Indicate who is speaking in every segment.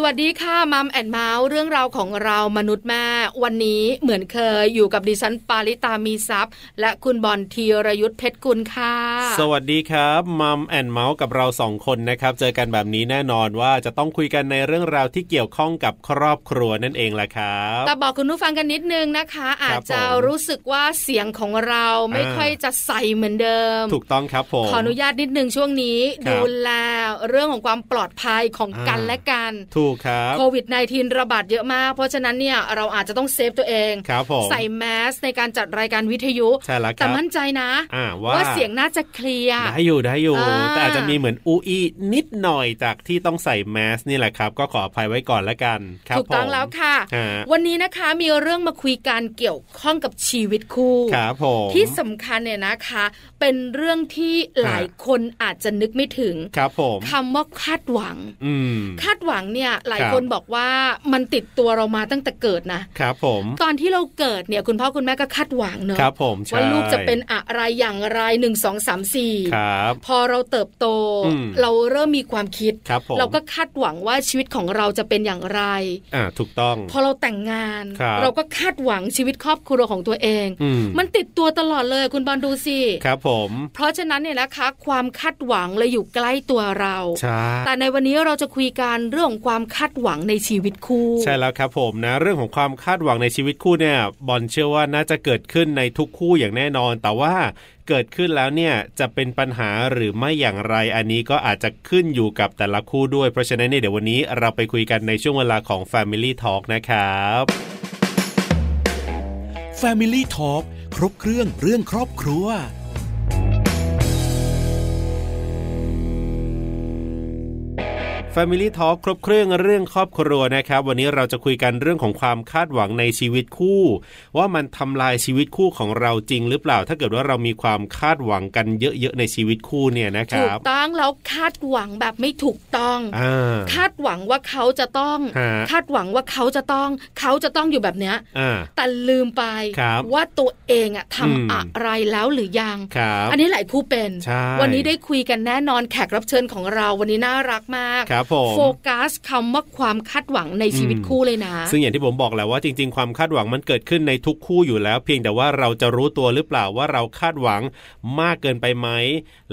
Speaker 1: สวัสดีค่ะมัมแอนเมาส์เรื่องราวของเรามนุษย์แม่ วันนี้เหมือนเคยอยู่กับดิฉันปาริตามีซัพย์ และคุณบอลธีรยุทธเพชรกุลค่ะ
Speaker 2: สวัสดีครับมัมแอนเมาส์กับเราสองคนนะครับ เจอกันแบบนี้แน่นอนว่าจะต้องคุยกันในเรื่องราวที่เกี่ยวข้องกับครอบครัวนั่นเองแหละครับ
Speaker 1: แต่บอกคุณผู้ฟังกันนิดนึงนะคะ อาจจะ
Speaker 2: ผม
Speaker 1: รู้สึกว่าเสียงของเราไม่
Speaker 2: อ่า
Speaker 1: ค่อยจะใสเหมือนเดิม
Speaker 2: ถูกต้องครับผม
Speaker 1: ขออนุญาตนิดนึงช่วงนี้
Speaker 2: ครับ
Speaker 1: ดูแลเรื่องของความปลอดภัยของ
Speaker 2: อ่ากั
Speaker 1: กันและกัน
Speaker 2: ถูกครับ
Speaker 1: โควิด -19 ระบาดเยอะมาก เพราะฉะนั้นเนี่ยเราอาจจะต้องเซฟตัวเอง
Speaker 2: ครับผม
Speaker 1: ใส่แมสในการจัดรายการวิทยุ
Speaker 2: ใช่แล้วค
Speaker 1: แต่
Speaker 2: รับ
Speaker 1: มั่นใจนะ
Speaker 2: อ่าว่า
Speaker 1: ว่าเสียงน่าจะเคลียร์
Speaker 2: ได้อยู่ได้อยู่
Speaker 1: อ่า
Speaker 2: แต่อาจจะมีเหมือนอูอีนิดหน่อยจากที่ต้องใส่แมสนี่แหละครับ ก็ขออภัยไว้ก่อนละกันครับ
Speaker 1: ถูกต้อง
Speaker 2: ผม
Speaker 1: แล้วค่ะ
Speaker 2: ฮะ
Speaker 1: วันนี้นะคะมีเรื่องมาคุยกันเกี่ยวข้องกับชีวิตคู่
Speaker 2: ครับผม
Speaker 1: ที่สำคัญเนี่ยนะคะ เป็นเรื่องที่หลายคนอาจจะนึกไม่ถึง
Speaker 2: ครับผม
Speaker 1: คำว่าคาดหวัง
Speaker 2: อืม
Speaker 1: คาดหวังเนี่ยหลาย
Speaker 2: ครับ
Speaker 1: คนบอกว่ามันติดตัวเรามาตั้งแต่เกิดนะ
Speaker 2: ครับผม
Speaker 1: ตอนที่เราเกิดเนี่ยคุณพ่อคุณแม่ก็คาดหวังเนอะ
Speaker 2: ครับผมใช่
Speaker 1: ว่าลูกจะเป็นอะไรอย่างไรหนึ่งสองสามสี่
Speaker 2: ครับ
Speaker 1: พอเราเติบโต
Speaker 2: อืม
Speaker 1: เราเริ่มมีความคิด
Speaker 2: ครับผม
Speaker 1: เราก็คาดหวังว่าชีวิตของเราจะเป็นอย่างไร
Speaker 2: อ่าถูกต้อง
Speaker 1: พอเราแต่งงาน
Speaker 2: ครับ
Speaker 1: เราก็คาดหวังชีวิตครอบครัวของตัวเอง
Speaker 2: อืม
Speaker 1: มันติดตัวตลอดเลยคุณบอลดูสิ
Speaker 2: ครับผม
Speaker 1: เพราะฉะนั้นเนี่ยนะคะ ความคาดหวังเลยอยู่ใกล้ตัวเรา
Speaker 2: ใช่
Speaker 1: แต่ในวันนี้เราจะคุยกันเรื่องของความคาดหวังในชีวิตคู่
Speaker 2: ใช่แล้วครับผมนะ เรื่องของความคาดหวังในชีวิตคู่เนี่ย บอลเชื่อว่าน่าจะเกิดขึ้นในทุกคู่อย่างแน่นอน แต่ว่าเกิดขึ้นแล้วเนี่ยจะเป็นปัญหาหรือไม่อย่างไร อันนี้ก็อาจจะขึ้นอยู่กับแต่ละคู่ด้วย เพราะฉะนั้นเนี่ยเดี๋ยววันนี้เราไปคุยกันในช่วงเวลาของ Family Talk นะครับ
Speaker 3: Family Talk ครบเครื่องเรื่องครอบครัว
Speaker 2: Family Talk ครบเครื่องเรื่องครอบครัวนะครับ วันนี้เราจะคุยกันเรื่องของความคาดหวังในชีวิตคู่ ว่ามันทำลายชีวิตคู่ของเราจริงหรือเปล่า ถ้าเกิดว่าเรามีความคาดหวังกันเยอะๆในชีวิตคู่เนี่ยนะค
Speaker 1: ถูก
Speaker 2: รับ
Speaker 1: ต้องแล้วคาดหวังแบบไม่ถูกต้อง
Speaker 2: อ่า
Speaker 1: คาดหวังว่าเขาจะต้อง
Speaker 2: ฮะ
Speaker 1: คาดหวังว่าเขาจะต้อง เขาจะต้องอยู่แบบเนี้ย
Speaker 2: อ่า
Speaker 1: แต่ลืมไป
Speaker 2: ครับ
Speaker 1: ว่าตัวเองอะ
Speaker 2: อืม
Speaker 1: ทำอะไรแล้วหรือยัง
Speaker 2: ครับ
Speaker 1: อันนี้หลายคู่เป็น
Speaker 2: ใช่
Speaker 1: วันนี้ได้คุยกันแน่นอนแขกรับเชิญของเราวันนี้น่ารักมาก
Speaker 2: ครับผม
Speaker 1: โฟกัสคำว่าความคาดหวังในชีวิตคู่เลยนะ
Speaker 2: ซึ่งอย่างที่ผมบอกแหล้วว่าจริง ๆ ความคาดหวังมันเกิดขึ้นในทุกคู่อยู่แล้ว เพียงแต่ว่าเราจะรู้ตัวหรือเปล่าว่าเราคาดหวังมากเกินไปไหม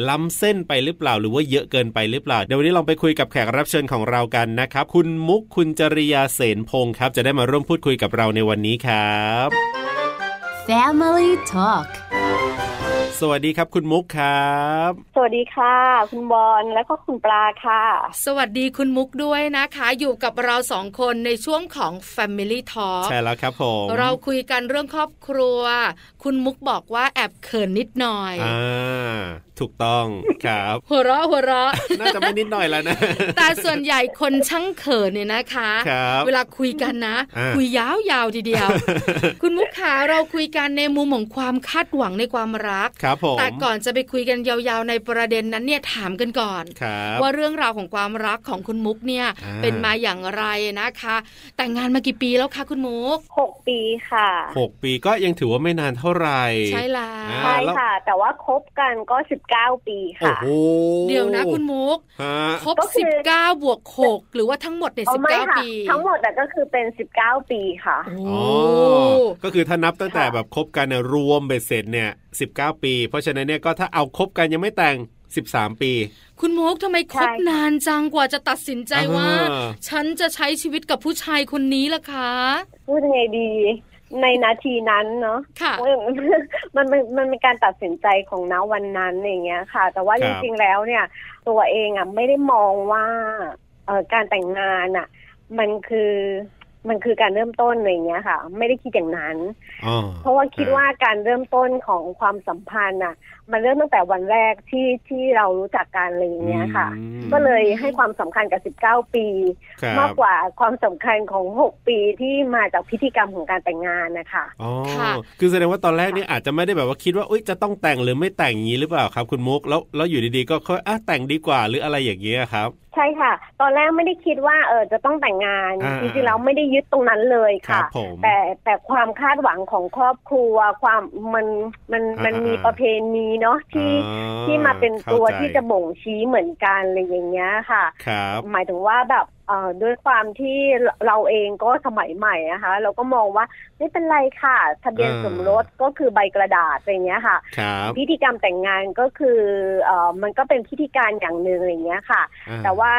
Speaker 2: ล้ำเส้นไปหรือเปล่าหรือว่าเยอะเกินไปหรือเปล่าเดี๋ยววันนี้ลองไปคุยกับแขกรับเชิญของเรากันนะครับ คุณมุกคุณจริยาเสนพงศ์ครับ จะได้มาร่วมพูดคุยกับเราในวันนี้ครับ
Speaker 4: Family Talk
Speaker 2: สวัสดีครับ คุณมุกครับ
Speaker 5: สวัสดีค่ะ คุณบอลและก็คุณปลาค่ะ
Speaker 1: สวัสดีคุณมุกด้วยนะคะ อยู่กับเราสองคนในช่วงของ Family Talk
Speaker 2: ใช่แล้วครับผม
Speaker 1: เราคุยกันเรื่องครอบครัว คุณมุกบอกว่าแอบเขินนิดหน่อย
Speaker 2: อ่าถูกต้องครับ
Speaker 1: หัวเราะหัวเราะ
Speaker 2: น่าจะไม่นิดหน่อยแล้วนะ
Speaker 1: แต่ส่วนใหญ่คนช่างเขินเนี่ยนะคะ
Speaker 2: ครับ
Speaker 1: เวลาคุยกันนะ
Speaker 2: อ่า
Speaker 1: คุยยาวๆทีเดียว คุณมุกขาเราคุยกันในมุมของความคาดหวังในความรัก
Speaker 2: ครับผม
Speaker 1: แต่ก่อนจะไปคุยกันยาวๆในประเด็นนั้นเนี่ยถามกันก่อน
Speaker 2: ครับ
Speaker 1: ว่าเรื่องราวของความรักของคุณมุกเนี่ย
Speaker 2: อ่า
Speaker 1: เป็นมาอย่างไรนะคะ แต่งงานมากี่ปีแล้วคะคุณมุก
Speaker 5: 6 ปีค่ะ
Speaker 2: หกปีก็ยังถือว่าไม่นานเท่าไหร่
Speaker 1: ใช่แล้ว
Speaker 2: อ่า
Speaker 5: ใช่
Speaker 2: แล้ว
Speaker 5: ค่ะ แต่ว่าคบกันก็ 19 ปี
Speaker 2: โอ้
Speaker 5: ค่ะ
Speaker 2: โห
Speaker 1: เดี๋ยวนะคุณมุก
Speaker 2: ฮะ
Speaker 1: ครบ
Speaker 5: ก็คือ
Speaker 1: 19 บวก 6 หรือว่าทั้งหมดเนี่ย
Speaker 5: เอาไม่ค่ะ
Speaker 1: 19 ปี
Speaker 5: ทั้งหมดแต่ก็คือเป็น 19 ปีค่ะ
Speaker 1: โอ้
Speaker 2: อ๋อก็คือถ้านับตั้งแต่
Speaker 5: ค่ะ
Speaker 2: แบบคบกันเนี่ยรวมเบ็ดเสร็จเนี่ย19 ปี เพราะฉะนั้นเนี่ยก็ถ้าเอาคบกันยังไม่แต่ง 13 ปี
Speaker 1: คุณมุกทำไมคบ
Speaker 5: ใช่ค่ะ
Speaker 1: นานจังกว่าจะตัดสินใจว่า
Speaker 2: อ่า
Speaker 1: ฉันจะใช้ชีวิตกับผู้ชายคนนี้ล่ะคะ
Speaker 5: พูดยังไงดี ในนาทีนั้นเนาะ
Speaker 1: ค่ะ
Speaker 5: โอ้ย มันมันมันเป็นการตัดสินใจของณวันนั้นอย่างเงี้ยค่ะ แต่ว่า
Speaker 2: ค
Speaker 5: จ
Speaker 2: รับ
Speaker 5: ริงๆแล้วเนี่ย ตัวเองอ่ะไม่ได้มองว่าเอ่อการแต่งงานอ่ะ มันคือมันคือการเริ่มต้นอะไรอย่างเงี้ยค่ะ ไม่ได้คิดอย่างนั้น
Speaker 2: อ๋อ
Speaker 5: เพราะว่าคิดว่าการเริ่มต้นของความสัมพันธ์น่ะ มันเริ่มตั้งแต่วันแรกที่ที่เรารู้จักกันอะไรอย่างเงี้ยค่ะ
Speaker 2: อืม
Speaker 5: ก็เลยให้ความสำคัญกับ 19 ปี
Speaker 2: ครับ
Speaker 5: มากกว่าความสำคัญของ 6 ปีที่มาจากพิธีกรรมของการแต่งงานนะคะ
Speaker 2: อ๋อ
Speaker 1: ค่ะ
Speaker 2: คือแสดงว่าตอนแรกเนี่ยอาจจะไม่ได้แบบว่าคิดว่าอุยจะต้องแต่งหรือไม่แต่งอย่างนี้หรือเปล่าครับ คุณมุกแล้วแล้วอยู่ดีๆก็ค่อยอ่ะแต่งดีกว่าหรืออะไรอย่างเงี้ยครับ
Speaker 5: ใช่ค่ะ ตอนแรกไม่ได้คิดว่าเออจะต้องแต่งงาน
Speaker 2: อ่า
Speaker 5: จริงๆแล้วไม่ได้ยึดตรงนั้นเลย
Speaker 2: รั
Speaker 5: ค่ะ
Speaker 2: บผม
Speaker 5: แต่แต่ความคาดหวังของครอบครัวความมันมัน
Speaker 2: อ่า
Speaker 5: มันมี
Speaker 2: อ่า
Speaker 5: ประเพณีเนาะที่
Speaker 2: อ่
Speaker 5: ที่มาเป็น
Speaker 2: ข้
Speaker 5: ตัว
Speaker 2: ใจ
Speaker 5: ที่จะบ่งชี้เหมือนกันอะไรอย่างเงี้ยค่ะ
Speaker 2: ครับ
Speaker 5: หมายถึงว่าแบบเอ่อด้วยความที่เราเองก็สมัยใหม่นะคะ เราก็มองว่าไม่เป็นไรค่ะ ทะเบียน
Speaker 2: อ่า
Speaker 5: สมรสก็คือใบกระดาษอะไรอย่างเงี้ยค่ะ
Speaker 2: ครับ
Speaker 5: พิธีกรรมแต่งงานก็คือเอ่อมันก็เป็นพิธีการอย่างหนึ่งอะไรอย่างเงี้ยค่ะ
Speaker 2: อ่
Speaker 5: แต่ว่า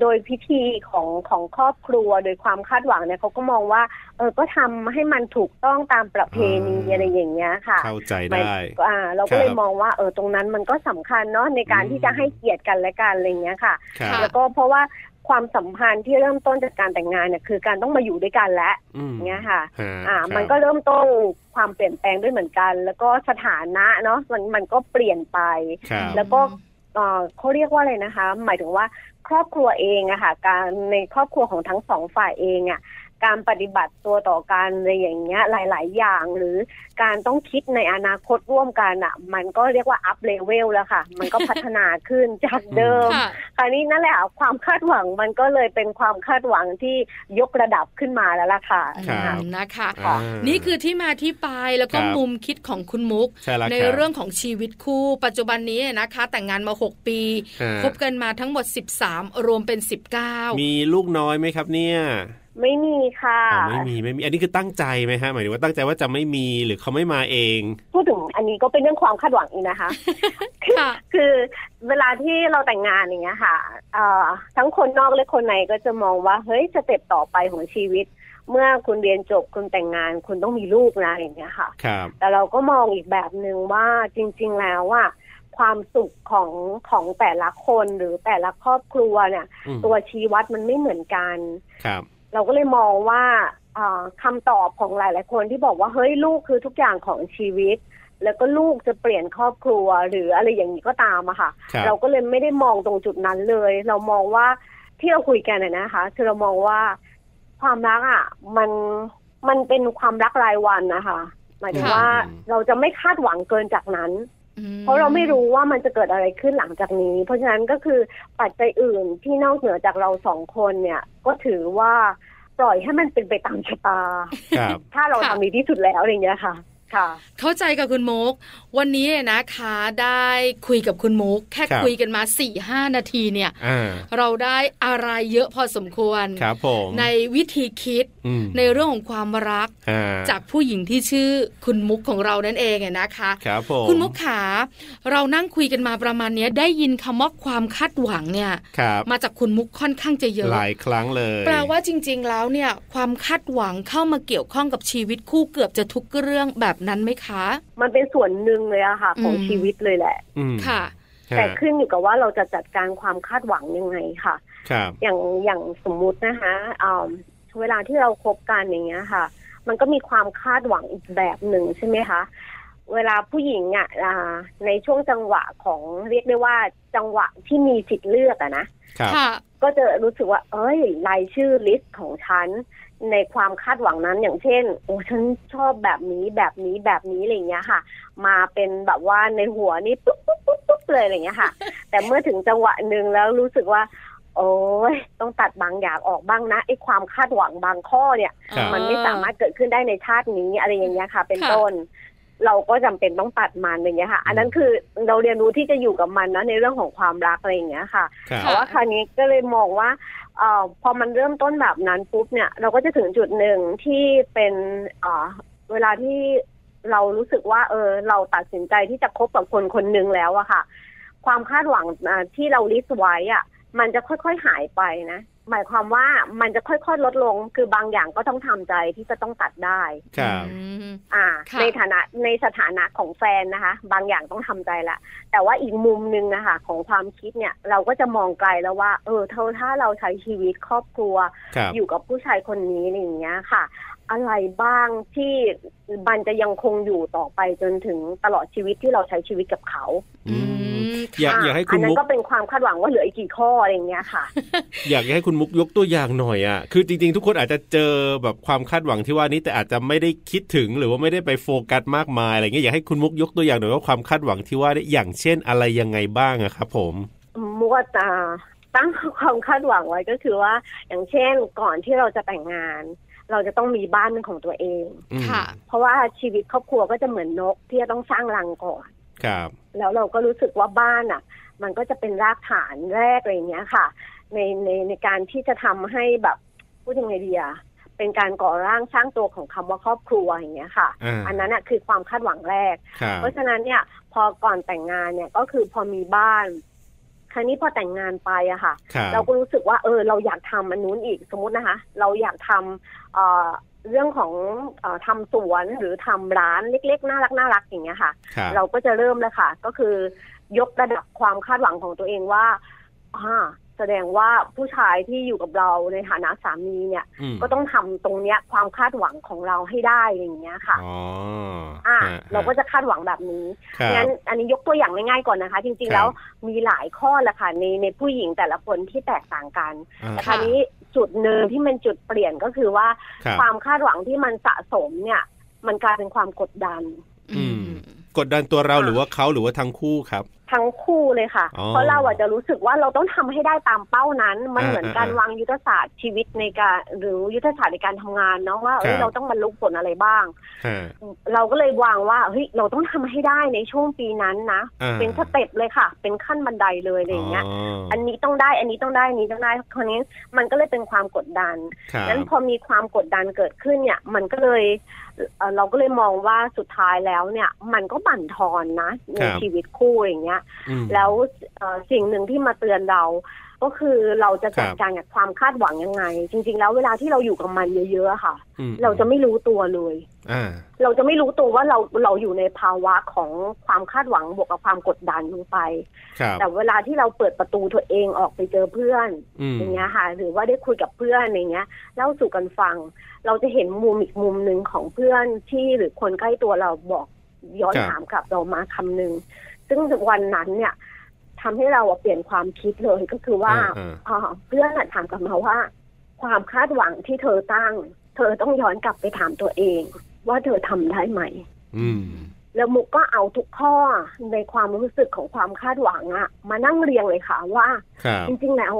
Speaker 5: โดยพิธีของของครอบครัวโดยความคาดหวังเนี่ยเขาก็มองว่าเออก็ทำให้มันถูกต้องตามประเพณีอะไรอย่างเงี้ยค่ะ
Speaker 2: เข้าใจ
Speaker 5: หมาย
Speaker 2: ได้
Speaker 5: อ่าเราก็เลย
Speaker 2: ครับ
Speaker 5: มองว่าเออตรงนั้นมันก็สำคัญเนาะในการที่จะให้เกียรติกันและกันอะไรอย่างเงี้ยค่ะ
Speaker 2: ครั
Speaker 1: ค่ะ
Speaker 2: บ
Speaker 5: แล้วก็เพราะว่าความสัมพันธ์ที่เริ่มต้นจากการแต่งงานเนี่ยคือการต้องมาอยู่ด้วยกันแล้ว
Speaker 2: อืม
Speaker 5: อย่างเงี้ยค่ะ
Speaker 2: ฮะ
Speaker 5: อ่า
Speaker 2: ครับ
Speaker 5: มันก็เริ่มต้นความเปลี่ยนแปลงด้วยเหมือนกัน แล้วก็สถานะเนาะมันมันก็เปลี่ยนไป
Speaker 2: ครับ
Speaker 5: แล้วก็ เอ่อเขาเรียกว่าอะไรนะคะ หมายถึงว่าครอบครัวเองอะค่ะ การในครอบครัวของทั้งสองฝ่ายเองอะการปฏิบัติตัวต่อกันอะไรอย่างเงี้ยหลาย ๆ อย่างหรือการต้องคิดในอนาคตร่วมกันอะมันก็เรียกว่าอัพเลเวลแล้วค่ะ มันก็พัฒนาขึ้นจากเดิม
Speaker 1: ค่ะ
Speaker 5: คราวนี้นั่นแหละค่ะความคาดหวังมันก็เลยเป็นความคาดหวังที่ยกระดับขึ้นมาแล้วล่ะค่ะ
Speaker 2: ครับ
Speaker 1: นะคะ
Speaker 2: อ่า
Speaker 1: นี่คือที่มาที่ไปแล้วก็
Speaker 2: ครับ
Speaker 1: มุมคิดของคุณมุก
Speaker 2: ใช่แล้ว
Speaker 1: ใน
Speaker 2: คบ
Speaker 1: เรื่องของชีวิตคู่ปัจจุบันนี้นะคะ แต่งงานมา 6 ปี
Speaker 2: ฮะ
Speaker 1: คบกันมาทั้งหมด 13 รวมเป็น 19
Speaker 2: มีลูกน้อยไหมครับเนี่ย
Speaker 5: ไม่มีค่ะ
Speaker 2: อ๋อไม่มีไม่มี อันนี้คือตั้งใจไหมฮะหมายถึงว่าตั้งใจว่าจะไม่มีหรือเขาไม่มาเอง
Speaker 5: พูดถึงอันนี้ก็เป็นเรื่องความคาดหวังอีกนะคะ
Speaker 1: ค่ะ
Speaker 5: คือเวลาที่เราแต่งงานอย่างเงี้ยค่ะเอ่อทั้งคนนอกและคนในก็จะมองว่า เฮ้ยสเต็ปต่อไปของชีวิต เมื่อคุณเรียนจบคุณแต่งงาน คุณต้องมีลูกนะอย่างเงี้ยค่ะ
Speaker 2: ครับ
Speaker 5: แต่เราก็มองอีกแบบหนึ่งว่าจริง ๆ แล้วว่า ความสุขของของแต่ละคนหรือแต่ละครอบครัวเนี่ย
Speaker 2: อืม
Speaker 5: ตัวชี้วัดมันไม่เหมือนกัน
Speaker 2: ครับ
Speaker 5: เราก็เลยมองว่าเอ่อคำตอบของหลาย ๆ คนที่บอกว่าเฮ้ยลูกคือทุกอย่างของชีวิต แล้วก็ลูกจะเปลี่ยนครอบครัวหรืออะไรอย่างนี้ก็ตามอะค่ะ
Speaker 2: ครับ
Speaker 5: เราก็เลยไม่ได้มองตรงจุดนั้นเลย เรามองว่าที่เราคุยกันนะนะคะ คือเรามองว่าความรักอ่ะ มันมันเป็นความรักรายวันนะคะหมายถึง
Speaker 1: ค่ะ
Speaker 5: ว่าเราจะไม่คาดหวังเกินจากนั้น
Speaker 1: อืม
Speaker 5: เพราะเราไม่รู้ว่ามันจะเกิดอะไรขึ้นหลังจากนี้ เพราะฉะนั้นก็คือปัจจัยอื่นที่นอกเหนือจากเราสองคนเนี่ย ก็ถือว่าปล่อยให้มันเป็นไปตามชะตา
Speaker 2: ครับ
Speaker 5: ถ้าเราทำดีที่สุดแล้วอะไรอย่างเงี้ยค่ะ ค่ะ
Speaker 1: เข้าใจกับคุณมุก วันนี้นะคะได้คุยกับคุณมุก แค่คุยกันมา4ี่ห้านาทีเนี่ย
Speaker 2: อ่า
Speaker 1: เราได้อะไรเยอะพอสมควร
Speaker 2: ครับผม
Speaker 1: ในวิธีคิด
Speaker 2: อืม
Speaker 1: ในเรื่องของความรัก
Speaker 2: อ่
Speaker 1: จากผู้หญิงที่ชื่อคุณมุกของเรานั่นเองเนี่ยนะคะ
Speaker 2: ครับผม
Speaker 1: คุณมุกขา เรานั่งคุยกันมาประมาณเนี้ยได้ยินคำว่าความคาดหวังเนี่ย
Speaker 2: ครับ
Speaker 1: มาจากคุณมุกค่อนข้างจะเยอะ
Speaker 2: หลายครั้งเลย
Speaker 1: แปลว่าจริง ๆ แล้วเนี่ย ความคาดหวังเข้ามาเกี่ยวข้องกับชีวิตคู่เกือบจะทุกเรื่องแบบนั้นไหมคะ
Speaker 5: มันเป็นส่วนหนึ่งเลยอะค่ะ ของ
Speaker 1: อืม
Speaker 5: ชีวิตเลยแหละ
Speaker 2: อืม
Speaker 1: ค่ะ
Speaker 2: ฮะ
Speaker 5: แต่ขึ้นอยู่กับว่าเราจะจัดการความคาดหวังยังไงค่ะ
Speaker 2: ครับ
Speaker 5: อย่างอย่างสมมุตินะคะเอิ่มเวลาที่เราคบกันอย่างเงี้ยค่ะ มันก็มีความคาดหวังอีกแบบหนึ่งใช่ไหมคะ เวลาผู้หญิงอ่ะอ่าในช่วงจังหวะของเรียกได้ว่าจังหวะที่มีสิทธิ์เลือกอะนะ
Speaker 2: ครับ
Speaker 1: ค่ะ
Speaker 5: ก็จะรู้สึกว่า เอ้ยรายชื่อลิสต์ของฉัน ในความคาดหวังนั้นอย่างเช่น โอ้ฉันชอบแบบนี้แบบนี้แบบนี้อะไรอย่างเงี้ยค่ะ มาเป็นแบบว่าในหัวนี่ปุ๊บปุ๊บปุ๊บปุ๊บเลยอะไรอย่างเงี้ยค่ะ แต่เมื่อถึงจังหวะหนึ่งแล้วรู้สึกว่า โอ้ยต้องตัดบางอย่างออกบ้างนะไอ้ความคาดหวังบางข้อเนี่ย
Speaker 2: ครับ
Speaker 5: มันไม่สามารถเกิดขึ้นได้ในชาตินี้อะไรอย่างเงี้ยค่ะ เป็น
Speaker 1: ค่ะ
Speaker 5: ต้น เราก็จำเป็นต้องตัดมันอะไรอย่างเงี้ยค่ะ อันนั้นคือเราเรียนรู้ที่จะอยู่กับมันนะในเรื่องของความรักอะไรอย่างเงี้ยค่ะ
Speaker 2: ครั
Speaker 5: แต่
Speaker 2: บ
Speaker 5: ว่าคราวนี้ก็เลยมองว่าเออพอมันเริ่มต้นแบบนั้นปุ๊บเนี่ย เราก็จะถึงจุดหนึ่งที่เป็นเอ่อเวลาที่เรารู้สึกว่า เออ เราตัดสินใจที่จะคบกับคนคนหนึ่งแล้วอะค่ะ ความคาดหวังอ่าที่เราลิสต์ไว้อะมันจะค่อยๆหายไปนะ หมายความว่ามันจะค่อยๆลดลง คือบางอย่างก็ต้องทำใจที่จะต้องตัดได้
Speaker 2: ครับ
Speaker 1: อืม
Speaker 5: อ่า
Speaker 1: ค่ะ
Speaker 5: ในฐานะในสถานะของแฟนนะคะ บางอย่างต้องทำใจละแต่ว่าอีกมุมหนึงนะคะของความคิดเนี่ยเราก็จะมองไกลแล้วว่า เออเท่าถ้าเราใช้ชีวิตครอบครัว
Speaker 2: ครับ
Speaker 5: อยู่กับผู้ชายคนนี้อะไรอย่างเงี้ยค่ะ อะไรบ้างที่มันจะยังคงอยู่ต่อไปจนถึงตลอดชีวิตที่เราใช้ชีวิตกับเขา
Speaker 2: อืม
Speaker 1: ม
Speaker 2: อยาก
Speaker 5: ะ
Speaker 2: อยากให้คุณ
Speaker 5: นนั้
Speaker 2: มุก
Speaker 5: นก็เป็นความคาดหวังว่าเหลืออีกกี่ข้ออะไรอย่างเงี้ยค่ะ
Speaker 2: อยากให้คุณมุกยกตัวอย่างหน่อยอ่ะ คือจริงๆ ทุกคนอาจจะเจอแบบความคาดหวังที่ว่านี้แต่อาจจะไม่ได้คิดถึงหรือว่าไม่ได้ไปโฟกัสมากมายอะไรเงี้ยอยากให้คุณมุกยกตัวอย่างหน่อยว่าความคาดหวังที่ว่าเนี่ยอย่างเช่นอะไรยังไงบ้างอะครับผม
Speaker 5: มุกว่าอ่า ตั้งความคาดหวังไว้ก็คือว่า อย่างเช่นก่อนที่เราจะแต่งงาน เราจะต้องมีบ้านเป็นของตัวเอง
Speaker 2: อืม
Speaker 1: ค่ะ
Speaker 5: เพราะว่าชีวิตครอบครัวก็จะเหมือนนกที่จะต้องสร้างรังก่อน
Speaker 2: ครับ
Speaker 5: แล้วเราก็รู้สึกว่าบ้านอ่ะ มันก็จะเป็นรากฐานแรกอะไรอย่างเงี้ยค่ะ ในในในการที่จะทำให้แบบพูดยังไงดีอะเป็นการก่อร่างสร้างตัวของคำว่าครอบครัวอย่างเงี้ยค่ะ
Speaker 2: อ่า
Speaker 5: อันนั้นอะคือความคาดหวังแรก
Speaker 2: ครับ
Speaker 5: เพราะฉะนั้นเนี่ย พอก่อนแต่งงานเนี่ยก็คือพอมีบ้าน ครั้นี้พอแต่งงานไปอะค่ะ
Speaker 2: ครับ
Speaker 5: เราก็รู้สึกว่าเออเราอยากทำอันนู้นอีกสมมตินะคะ เราอยากทำเอ่อเรื่องของเออทำสวนหรือทำร้านเล็กๆน่ารักน่ารักอย่างเงี้ยค่ะ
Speaker 2: ครับ
Speaker 5: เราก็จะเริ่มแล้วค่ะ ก็คือยกระดับความคาดหวังของตัวเองว่าอ่าแสดงว่าผู้ชายที่อยู่กับเราในฐานะสามีเนี่ย
Speaker 2: ม
Speaker 5: ก็ต้องทำตรงเนี้ยความคาดหวังของเราให้ได้อย่างเงี้ยค่ะ
Speaker 2: อ๋อ
Speaker 5: อ่า
Speaker 2: ฮะ
Speaker 5: เราก็จะคาดหวังแบบนี้
Speaker 2: ครับ
Speaker 5: งั้นอันนี้ยกตัวอย่างง่ายๆก่อนนะคะ จริ
Speaker 2: ครั
Speaker 5: งๆ
Speaker 2: บ
Speaker 5: แล้วมีหลายข้อแหละค่ะในในผู้หญิงแต่ละคนที่แตกต่างกัน
Speaker 2: อ่า
Speaker 5: แต่
Speaker 1: ะ
Speaker 5: คราวนี้จุดหนึ่งที่มันจุดเปลี่ยนก็คือว่า
Speaker 2: ครับ
Speaker 5: ความคาดหวังที่มันสะสมเนี่ย มันกลายเป็นความกดดัน
Speaker 2: อืม กดดันตัวเราหรือว่าเขาหรือว่าทั้งคู่ครับ
Speaker 5: ทั้งคู่เลยค่ะ
Speaker 2: อ๋อ
Speaker 5: เพราะเราอาจจะรู้สึกว่าเราต้องทำให้ได้ตามเป้านั้น มัน
Speaker 2: อ่า
Speaker 5: เหมือนกา
Speaker 2: อ่าว
Speaker 5: รางยุทธศาสตร์ชีวิตในการหรือยุทธศาสตร์ในการทำงานเนาะว่าเอ้
Speaker 2: ครั
Speaker 5: ย
Speaker 2: บ
Speaker 5: เราต้องบรรลุผลอะไรบ้าง
Speaker 2: ฮะ
Speaker 5: เราก็เลยวางว่าเฮ้ยเราต้องทำให้ได้ในช่วงปีนั้นนะ
Speaker 2: อ่า
Speaker 5: เป็นสเต็ปเลยค่ะ เป็นขั้นบันไดเลยอะไรอย่างเงี้ย อันนี้ต้องได้ อันนี้ต้องได้ อันนี้ต้องได้คราวนี้มันก็เลยเป็นความกดดัน
Speaker 2: ครับ
Speaker 5: นั้นพอมีความกดดันเกิดขึ้นเนี่ย มันก็เลยเอ่อเราก็เลยมองว่าสุดท้ายแล้วเนี่ย มันก็บั่นทอนนะในชีวิตคู่อย่างเงี้ย
Speaker 2: อืม
Speaker 5: แล้วเอ่อสิ่งหนึ่งที่มาเตือนเรา ก็คือเราจะจัด
Speaker 2: ครับ
Speaker 5: การกับความคาดหวังยังไง จริง ๆ แล้วเวลาที่เราอยู่กับมันเยอะๆอะค่ะ
Speaker 2: อืม
Speaker 5: เราจะไม่รู้ตัวเลย
Speaker 2: อ่า
Speaker 5: เราจะไม่รู้ตัวว่าเราเราอยู่ในภาวะของความคาดหวังบวกกับความกดดันลงไป
Speaker 2: ครับ
Speaker 5: แต่เวลาที่เราเปิดประตูตัวเองออกไปเจอเพื่อน
Speaker 2: อืม
Speaker 5: อย่างเงี้ยค่ะ หรือว่าได้คุยกับเพื่อนอย่างเงี้ยเล่าสู่กันฟัง เราจะเห็นมุมอีกมุมหนึ่งของเพื่อนที่หรือคนใกล้ตัวเราบอกย้อนถามกลับเรามาคำหนึง ซึ่งวันนั้นเนี่ยทำให้เราอะเปลี่ยนความคิดเลยก็คือว่า
Speaker 2: อ่า
Speaker 5: อ่าเพื่อนอะถามกลับมาว่า ความคาดหวังที่เธอตั้ง เธอต้องย้อนกลับไปถามตัวเอง ว่าเธอทำได้ไหม
Speaker 2: อืม
Speaker 5: แล้วมุกก็เอาทุกข้อในความรู้สึกของความคาดหวังอะมานั่งเรียงเลยค่ะว่า
Speaker 2: ครับ
Speaker 5: จริงๆ แล้ว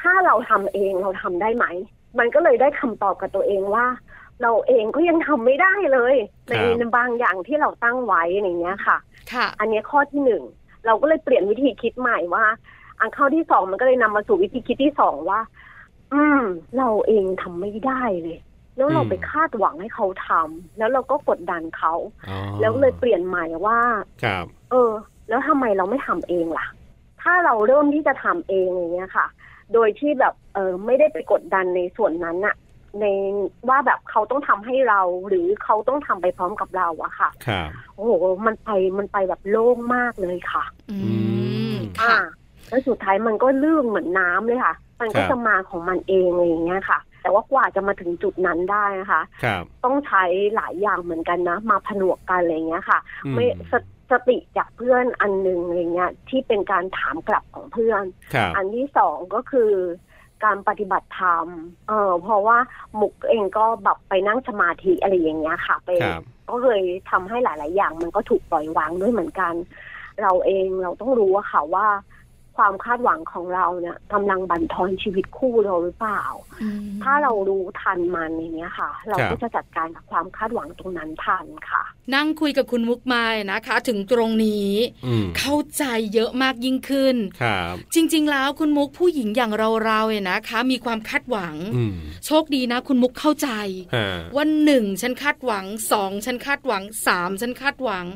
Speaker 5: ถ้าเราทำเองเราทำได้ไหม มันก็เลยได้คำตอบกับตัวเองว่า เราเองก็ยังทำไม่ได้เลย
Speaker 2: ครั
Speaker 5: ใน
Speaker 2: บ
Speaker 5: บางอย่างที่เราตั้งไว้อะไรอย่างเงี้ยค่ะ
Speaker 1: ค่ะ
Speaker 5: อันเนี้ยข้อที่หนึ่งเราก็เลยเปลี่ยนวิธีคิดใหม่ว่า อันข้อที่สองมันก็เลยนำมาสู่วิธีคิดที่สองว่า อืม เราเองทำไม่ได้เลย แล้วเรา
Speaker 2: อืม
Speaker 5: ไปคาดหวังให้เขาทำแล้วเราก็กดดันเขา
Speaker 2: อ๋อ
Speaker 5: แล้วเลยเปลี่ยนใหม่ว่า
Speaker 2: ครับ
Speaker 5: เออ แล้วทำไมเราไม่ทำเองล่ะ ถ้าเราเริ่มที่จะทำเองอย่างเงี้ยค่ะ โดยที่แบบเออไม่ได้ไปกดดันในส่วนนั้นอะในว่าแบบเขาต้องทำให้เราหรือเขาต้องทำไปพร้อมกับเราอะค่ะ
Speaker 2: ครับ
Speaker 5: โอ้โหมันไปมันไปแบบโล่งมากเลยค่ะ
Speaker 1: อืม
Speaker 2: ม
Speaker 5: อ่า
Speaker 1: ค่ะ
Speaker 5: แล้วสุดท้ายมันก็ลื่นเหมือนน้ำเลยค่ะ มันก็
Speaker 2: ครับ
Speaker 5: จะมาของมันเองอะไรอย่างเงี้ยค่ะ แต่ว่ากว่าจะมาถึงจุดนั้นได้นะคะ
Speaker 2: ครับ
Speaker 5: ต้องใช้หลายอย่างเหมือนกันนะ มาผนวกกันอะไรอย่างเงี้ยค่ะ
Speaker 2: อื
Speaker 5: ไม่สสติจากเพื่อนอันหนึ่งอะไรเงี้ยที่เป็นการถามกลับของเพื่อน
Speaker 2: ครับ
Speaker 5: อันที่สองก็คือ การปฏิบัติธรรมเออเพราะว่ามุกเองก็แบบไปนั่งสมาธิอะไรอย่างเงี้ยค่ะไป
Speaker 2: ครับ
Speaker 5: ก็เลยทำให้หลาย ๆ อย่างมันก็ถูกปล่อยวางด้วยเหมือนกัน เราเองเราต้องรู้อะค่ะว่า ความคาดหวังของเราเนี่ยกำลังบั่นทอนชีวิตคู่เราหรือเปล่า ถ้าเรารู้ทันมันอย่างเงี้ยค่ะ เรา
Speaker 2: ครั
Speaker 5: ก็
Speaker 2: บ
Speaker 5: จะจัดการกับความคาดหวังตรงนั้นทันค่ะ
Speaker 1: นั่งคุยกับคุณมุกมายนะคะ ถึงตรงนี้
Speaker 2: อืม
Speaker 1: เข้าใจเยอะมากยิ่งขึ้น
Speaker 2: ครับ
Speaker 1: จริง ๆ แล้วคุณมุกผู้หญิงอย่างเราเราๆเนี่ยนะคะ มีความคาดหวัง
Speaker 2: อืม
Speaker 1: โชคดีนะ คุณมุกเข้าใจ
Speaker 2: ฮะ
Speaker 1: ว่าหนึ่งฉันคาดหวังสองฉันคาดหวังสามฉันคาดหวัง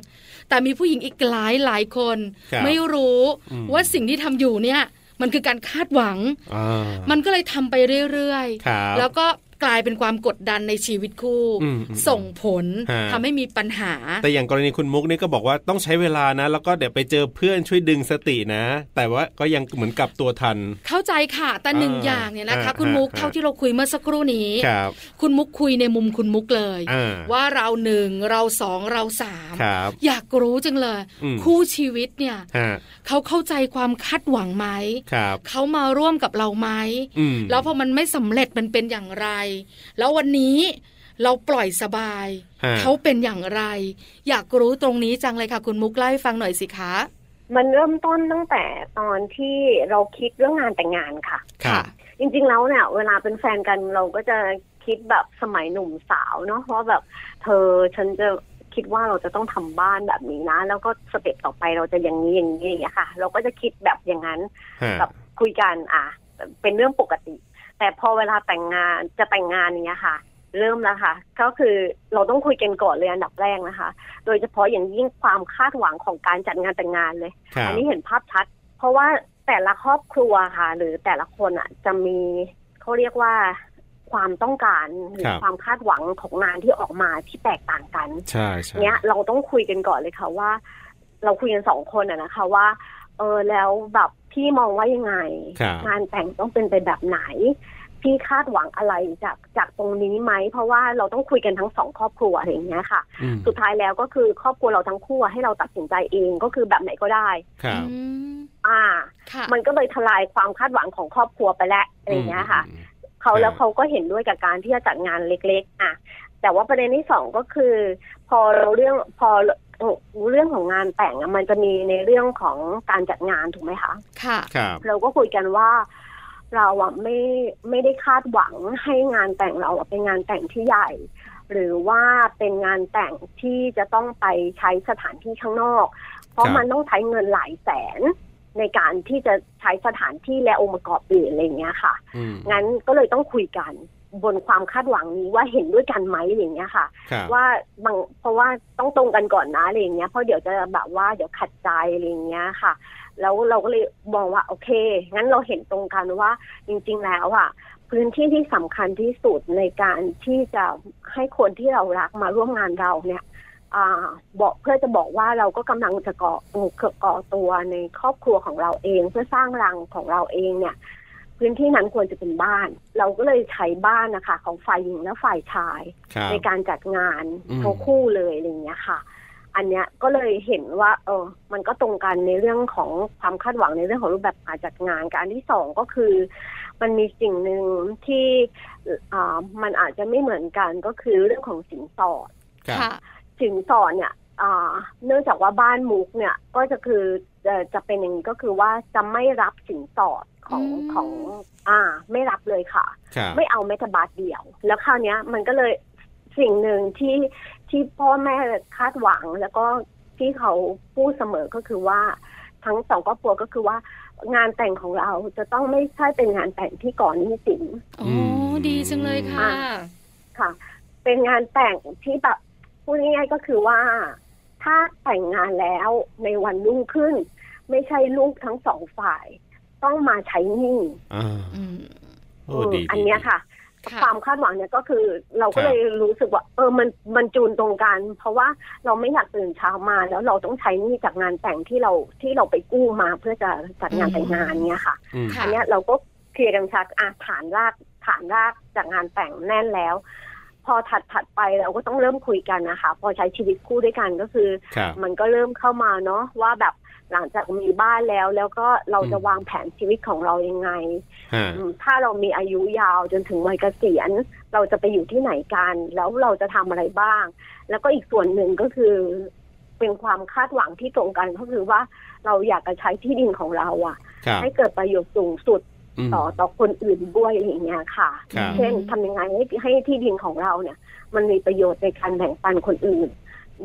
Speaker 1: แต่มีผู้หญิงอีกหลายหลายๆคน
Speaker 2: ครับ
Speaker 1: ไม่รู้
Speaker 2: อืม
Speaker 1: ว่าสิ่งที่ทำอยู่เนี่ย มันคือการคาดหวัง
Speaker 2: อ่า
Speaker 1: มันก็เลยทำไปเรื่อย
Speaker 2: ครับ
Speaker 1: ๆ แล้วก็กลายเป็นความกดดันในชีวิตคู่
Speaker 2: อืมอืม
Speaker 1: ส่งผล
Speaker 2: ฮะ
Speaker 1: ทำให้มีปัญหา
Speaker 2: แต่อย่างกรณีคุณมุกนี่ก็บอกว่าต้องใช้เวลานะ แล้วก็เดี๋ยวไปเจอเพื่อนช่วยดึงสตินะ แต่ว่าก็ยังเหมือนกลับตัวทัน
Speaker 1: เข้าใจค่ะ แต่หนึ่ง
Speaker 2: อ่า
Speaker 1: อย่างเนี่ยนะคะ
Speaker 2: ฮะ
Speaker 1: คุณมุก
Speaker 2: ฮะ
Speaker 1: เท่าที่เราคุยเมื่อสักครู่นี้
Speaker 2: ครับ
Speaker 1: คุณมุกคุยในมุมคุณมุกเลย
Speaker 2: อ่า
Speaker 1: ว่าเราหนึ่งเราสองเราสาม
Speaker 2: ครับ
Speaker 1: อยากรู้จังเลย
Speaker 2: อืม
Speaker 1: คู่ชีวิตเนี่ย
Speaker 2: ฮะ
Speaker 1: เขาเข้าใจความคาดหวังไหม
Speaker 2: ครับ
Speaker 1: เขามาร่วมกับเราไหม
Speaker 2: อืม
Speaker 1: แล้วพอมันไม่สำเร็จมันเป็นอย่างไร แล้ววันนี้เราปล่อยสบาย
Speaker 2: ฮะ
Speaker 1: เขาเป็นอย่างไร อยากรู้ตรงนี้จังเลยค่ะ คุณมุกเล่าให้ฟังหน่อยสิคะ
Speaker 5: มันเริ่มต้นตั้งแต่ตอนที่เราคิดเรื่องงานแต่งงานค่ะ
Speaker 2: ครับ
Speaker 5: จริงๆแล้วเนี่ยเวลาเป็นแฟนกันเราก็จะคิดแบบสมัยหนุ่มสาวเนาะเพราะแบบเธอฉันจะคิดว่าเราจะต้องทำบ้านแบบนี้นะ แล้วก็สเต็ปต่อไปเราจะอย่างนี้อย่างนี้อย่างนี้ยค่ะ เราก็จะคิดแบบอย่างนั้น
Speaker 2: ฮะ
Speaker 5: แบบคุยกันอ่ะเป็นเรื่องปกติ แต่พอเวลาแต่งงานจะแต่งงานอย่างเงี้ยค่ะ เริ่มแล้วค่ะ ก็คือเราต้องคุยกันก่อนเลยอันดับแรกนะคะ โดยเฉพาะอย่างยิ่งความคาดหวังของการจัดงานแต่งงานเลย
Speaker 2: ครั
Speaker 5: อั
Speaker 2: บ
Speaker 5: นี้เห็นภาพชัด เพราะว่าแต่ละครอบครัวค่ะ หรือแต่ละคนอ่ะ จะมีเขาเรียกว่าความต้องการหรื
Speaker 2: ค
Speaker 5: อ
Speaker 2: รับ
Speaker 5: ความคาดหวังของงานที่ออกมาที่แตกต่างกัน
Speaker 2: ใช่ใช่
Speaker 5: เนี้ยเราต้องคุยกันก่อนเลยค่ะว่า เราคุยกันสองคนอะนะคะว่า เออแล้วแบบพี่มองว่ายังไง
Speaker 2: ครับ
Speaker 5: งานแต่งต้องเป็นไปแบบไหน พี่คาดหวังอะไรจากจากตรงนี้ไหม เพราะว่าเราต้องคุยกันทั้งสองครอบครัวอะไรอย่างเงี้ยค่ะ
Speaker 2: อืม
Speaker 5: สุดท้ายแล้วก็คือครอบครัวเราทั้งคู่อะให้เราตัดสินใจเองก็คือแบบไหนก็ได้
Speaker 2: ครับ
Speaker 1: อืม
Speaker 5: อ่า
Speaker 1: ค่ะ
Speaker 5: มันก็เลยทลายความคาดหวังของครอบครัวไปแล้วอะไรอย่างเงี้ยค่ะ เขา
Speaker 2: ครับ
Speaker 5: แล้วเขาก็เห็นด้วยกับการที่จะจัดงานเล็กๆ อ่ะ แต่ว่าประเด็นที่สองก็คือ พอเราเรื่องพอเรื่องของงานแต่งอะมันจะมีในเรื่องของการจัดงานถูกไหมคะ
Speaker 1: ค่ะ
Speaker 2: ครับ
Speaker 5: เราก็คุยกันว่า เราอะไม่ไม่ได้คาดหวังให้งานแต่งเราอะเป็นงานแต่งที่ใหญ่ หรือว่าเป็นงานแต่งที่จะต้องไปใช้สถานที่ข้างนอก เพราะมันต้องใช้เงินหลายแสนในการที่จะใช้สถานที่และองค์ประกอบอื่นอะไรอย่างเงี้ยค่ะ
Speaker 2: อืม
Speaker 5: งั้นก็เลยต้องคุยกันบนความคาดหวังนี้ว่าเห็นด้วยกันไหมอะไรอย่างเงี้ยค่ะ
Speaker 2: ครับ
Speaker 5: ว่าบางเพราะว่าต้องตรงกันก่อนนะอะไรอย่างเงี้ยเพราะเดี๋ยวจะแบบว่าเดี๋ยวขัดใจอะไรอย่างเงี้ยค่ะ แล้วเราก็เลยมองว่าโอเค งั้นเราเห็นตรงกันว่าจริง ๆ แล้วอ่ะพื้นที่ที่สำคัญที่สุดในการที่จะให้คนที่เรารักมาร่วมงานเราเนี่ยอ่าบอกเพื่อจะบอกว่าเราก็กำลังจะก่อก่อตัวในครอบครัวของเราเอง เพื่อสร้างรังของเราเองเนี่ย พื้นที่นั้นควรจะเป็นบ้าน เราก็เลยใช้บ้านนะคะ ของฝ่ายหญิงและฝ่ายชาย
Speaker 2: ครับ
Speaker 5: ในการจัดงาน
Speaker 2: อืม
Speaker 5: ทั้งคู่เลยอะไรอย่างเงี้ยค่ะ อันเนี้ยก็เลยเห็นว่า เออ มันก็ตรงกันในเรื่องของความคาดหวังในเรื่องของรูปแบบการจัดงานการที่สองก็คือ มันมีสิ่งหนึ่งที่เอ่อมันอาจจะไม่เหมือนกันก็คือเรื่องของสินสอด
Speaker 2: ครับ
Speaker 1: ค่ะ
Speaker 5: สินสอดเนี่ยอ่าเนื่องจากว่าบ้านมุกเนี่ยก็จะคือเอ่อจะเป็นอย่างนี้ก็คือว่าจะไม่รับสินสอดของ
Speaker 1: อืม
Speaker 5: ของ อ่า ไม่รับเลยค่ะ
Speaker 2: ครับ
Speaker 5: ไม่เอาแม้แต่บาทเดียว แล้วคราวเนี้ยมันก็เลยสิ่งหนึ่งที่ที่พ่อแม่คาดหวัง แล้วก็ที่เขาพูดเสมอก็คือว่า ทั้งสองครอบครัวก็คือว่า งานแต่งของเราจะต้องไม่ใช่เป็นงานแต่งที่ก่อนหนี้สิน
Speaker 1: โอ้ดีจังเลยค่ะ
Speaker 5: ค่ะ เป็นงานแต่งที่แบบพูดง่ายๆก็คือว่า ถ้าแต่งงานแล้วในวันรุ่งขึ้น ไม่ใช่ลูกทั้งสองฝ่าย ต้องมาใช้หนี้
Speaker 2: อ่า
Speaker 1: อืม
Speaker 2: โอ้ดี
Speaker 5: อัน
Speaker 2: ดี
Speaker 5: เนี้ย
Speaker 2: ดี
Speaker 5: ค่ะ
Speaker 1: ค่ะ
Speaker 5: ความคาดหวังเนี่ยก็คือเรา
Speaker 2: ค
Speaker 5: ก็
Speaker 2: รับ
Speaker 5: เลยรู้สึกว่า เออมันมันจูนตรงกัน เพราะว่าเราไม่อยากตื่นเช้ามา แล้วเราต้องใช้หนี่จากงานแต่งที่เราที่เราไปกู้มาเพื่อจะจัดงานแต่งงานเนี่ยค่ะ
Speaker 2: อืม
Speaker 1: ค่ะ
Speaker 5: อันเนี้ยเราก็เคลียร์กันชัดอ่ะฐานรากฐานรากจากงานแต่งแน่นแล้ว พอถัดถัดไปเราก็ต้องเริ่มคุยกันนะคะ พอใช้ชีวิตคู่ด้วยกันก็คือ
Speaker 2: ครับ
Speaker 5: มันก็เริ่มเข้ามาเนาะว่าแบบหลังจากมีบ้านแล้ว แล้วก็เราจะ
Speaker 2: อืม
Speaker 5: วางแผนชีวิตของเรายังไง
Speaker 2: ฮะ
Speaker 5: อืมถ้าเรามีอายุยาวจนถึงวัยเกษียณ เราจะไปอยู่ที่ไหนกัน แล้วเราจะทำอะไรบ้าง แล้วก็อีกส่วนหนึ่งก็คือเป็นความคาดหวังที่ตรงกันก็คือว่าเราอยากจะใช้ที่ดินของเราอะ
Speaker 2: ครับ
Speaker 5: ให้เกิดประโยชน์สูงสุด
Speaker 2: ม
Speaker 5: ต่อต่อคนอื่นด้วยอะไรอย่างเงี้ยค่ะ
Speaker 2: ครับ
Speaker 5: เช่นทำยังไงให้ให้ที่ดินของเราเนี่ย มันมีประโยชน์ในการแบ่งปันคนอื่น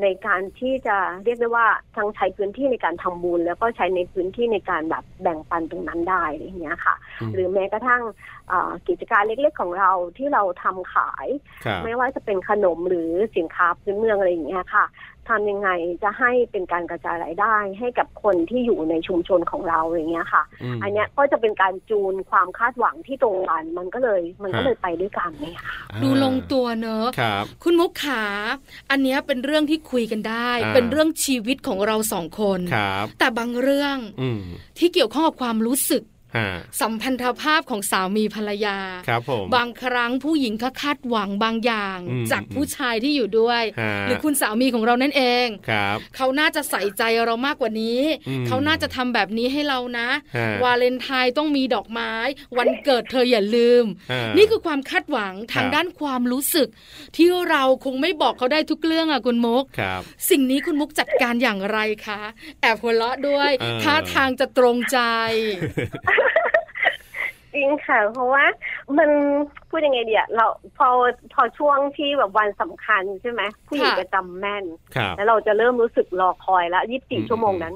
Speaker 5: ในการที่จะเรียกได้ว่าทั้งใช้พื้นที่ในการทำบุญแล้วก็ใช้ในพื้นที่ในการแบบแบ่งปันตรงนั้นได้อะไรอย่างเงี้ยค่ะ
Speaker 2: อืม
Speaker 5: หรือแม้กระทั่งเอ่อกิจการเล็กๆของเราที่เราทำขาย
Speaker 2: ครับ
Speaker 5: ไม่ว่าจะเป็นขนมหรือสินค้าพื้นเมืองอะไรอย่างเงี้ยค่ะทำยังไงจะให้เป็นการกระจายรายได้ ให้กับคนที่อยู่ในชุมชนของเราอย่างเงี้ยค่ะ
Speaker 2: ม
Speaker 5: อันเนี้ยก็จะเป็นการจูนความคาดหวังที่ตรงกันมันก็เลยมันก็
Speaker 2: ฮะ
Speaker 5: เลยไปด้วยกันเนี่ยค่ะ
Speaker 2: อ่า
Speaker 1: ดูลงตัวเนอะ
Speaker 2: ครับ
Speaker 1: คุณมุกขา อันเนี้ยเป็นเรื่องที่คุยกันได้
Speaker 2: อ่า
Speaker 1: เป็นเรื่องชีวิตของเราสองคน
Speaker 2: ครับ
Speaker 1: แต่บางเรื่อง
Speaker 2: อืม
Speaker 1: ที่เกี่ยวข้องกับความรู้สึก
Speaker 2: ฮะ
Speaker 1: สัมพันธภาพของสามีภรรยา
Speaker 2: ครับผม
Speaker 1: บางครั้งผู้หญิงก็คาดหวังบางอย่าง
Speaker 2: อืม
Speaker 1: จาก
Speaker 2: อืม
Speaker 1: ผู้ชายที่อยู่ด้วย
Speaker 2: ฮะ
Speaker 1: หรือคุณสามีของเรานั่นเอง
Speaker 2: ครับ
Speaker 1: เขาน่าจะใส่ใจเรามากกว่านี้
Speaker 2: อืม
Speaker 1: เขาน่าจะทำแบบนี้ให้เรานะ
Speaker 2: ฮะ
Speaker 1: วาเลนไทน์ต้องมีดอกไม้ วันเกิดเธออย่าลืม
Speaker 2: ฮะ
Speaker 1: นี่คือความคาดหวังทาง
Speaker 2: ครับ
Speaker 1: ด้านความรู้สึก ที่เราคงไม่บอกเขาได้ทุกเรื่องอ่ะคุณมุก
Speaker 2: ครับ
Speaker 1: สิ่งนี้คุณมุกจัดการอย่างไรคะ แอบหัวเราะด้วย
Speaker 2: เออ
Speaker 1: ท่าทางจะตรงใจ
Speaker 5: จริงค่ะ เพราะว่ามันพูดยังไงเดียเราพอพอช่วงที่แบบวันสำคัญใช่ไหมผู้หญิง
Speaker 1: ค่ะ
Speaker 5: จะจำแม่น
Speaker 2: ครับ
Speaker 5: แล้วเราจะเริ่มรู้สึกรอคอยแล้วยี่สิบ
Speaker 2: อื
Speaker 5: สี่
Speaker 2: ม
Speaker 5: ชั่วโมงนั้น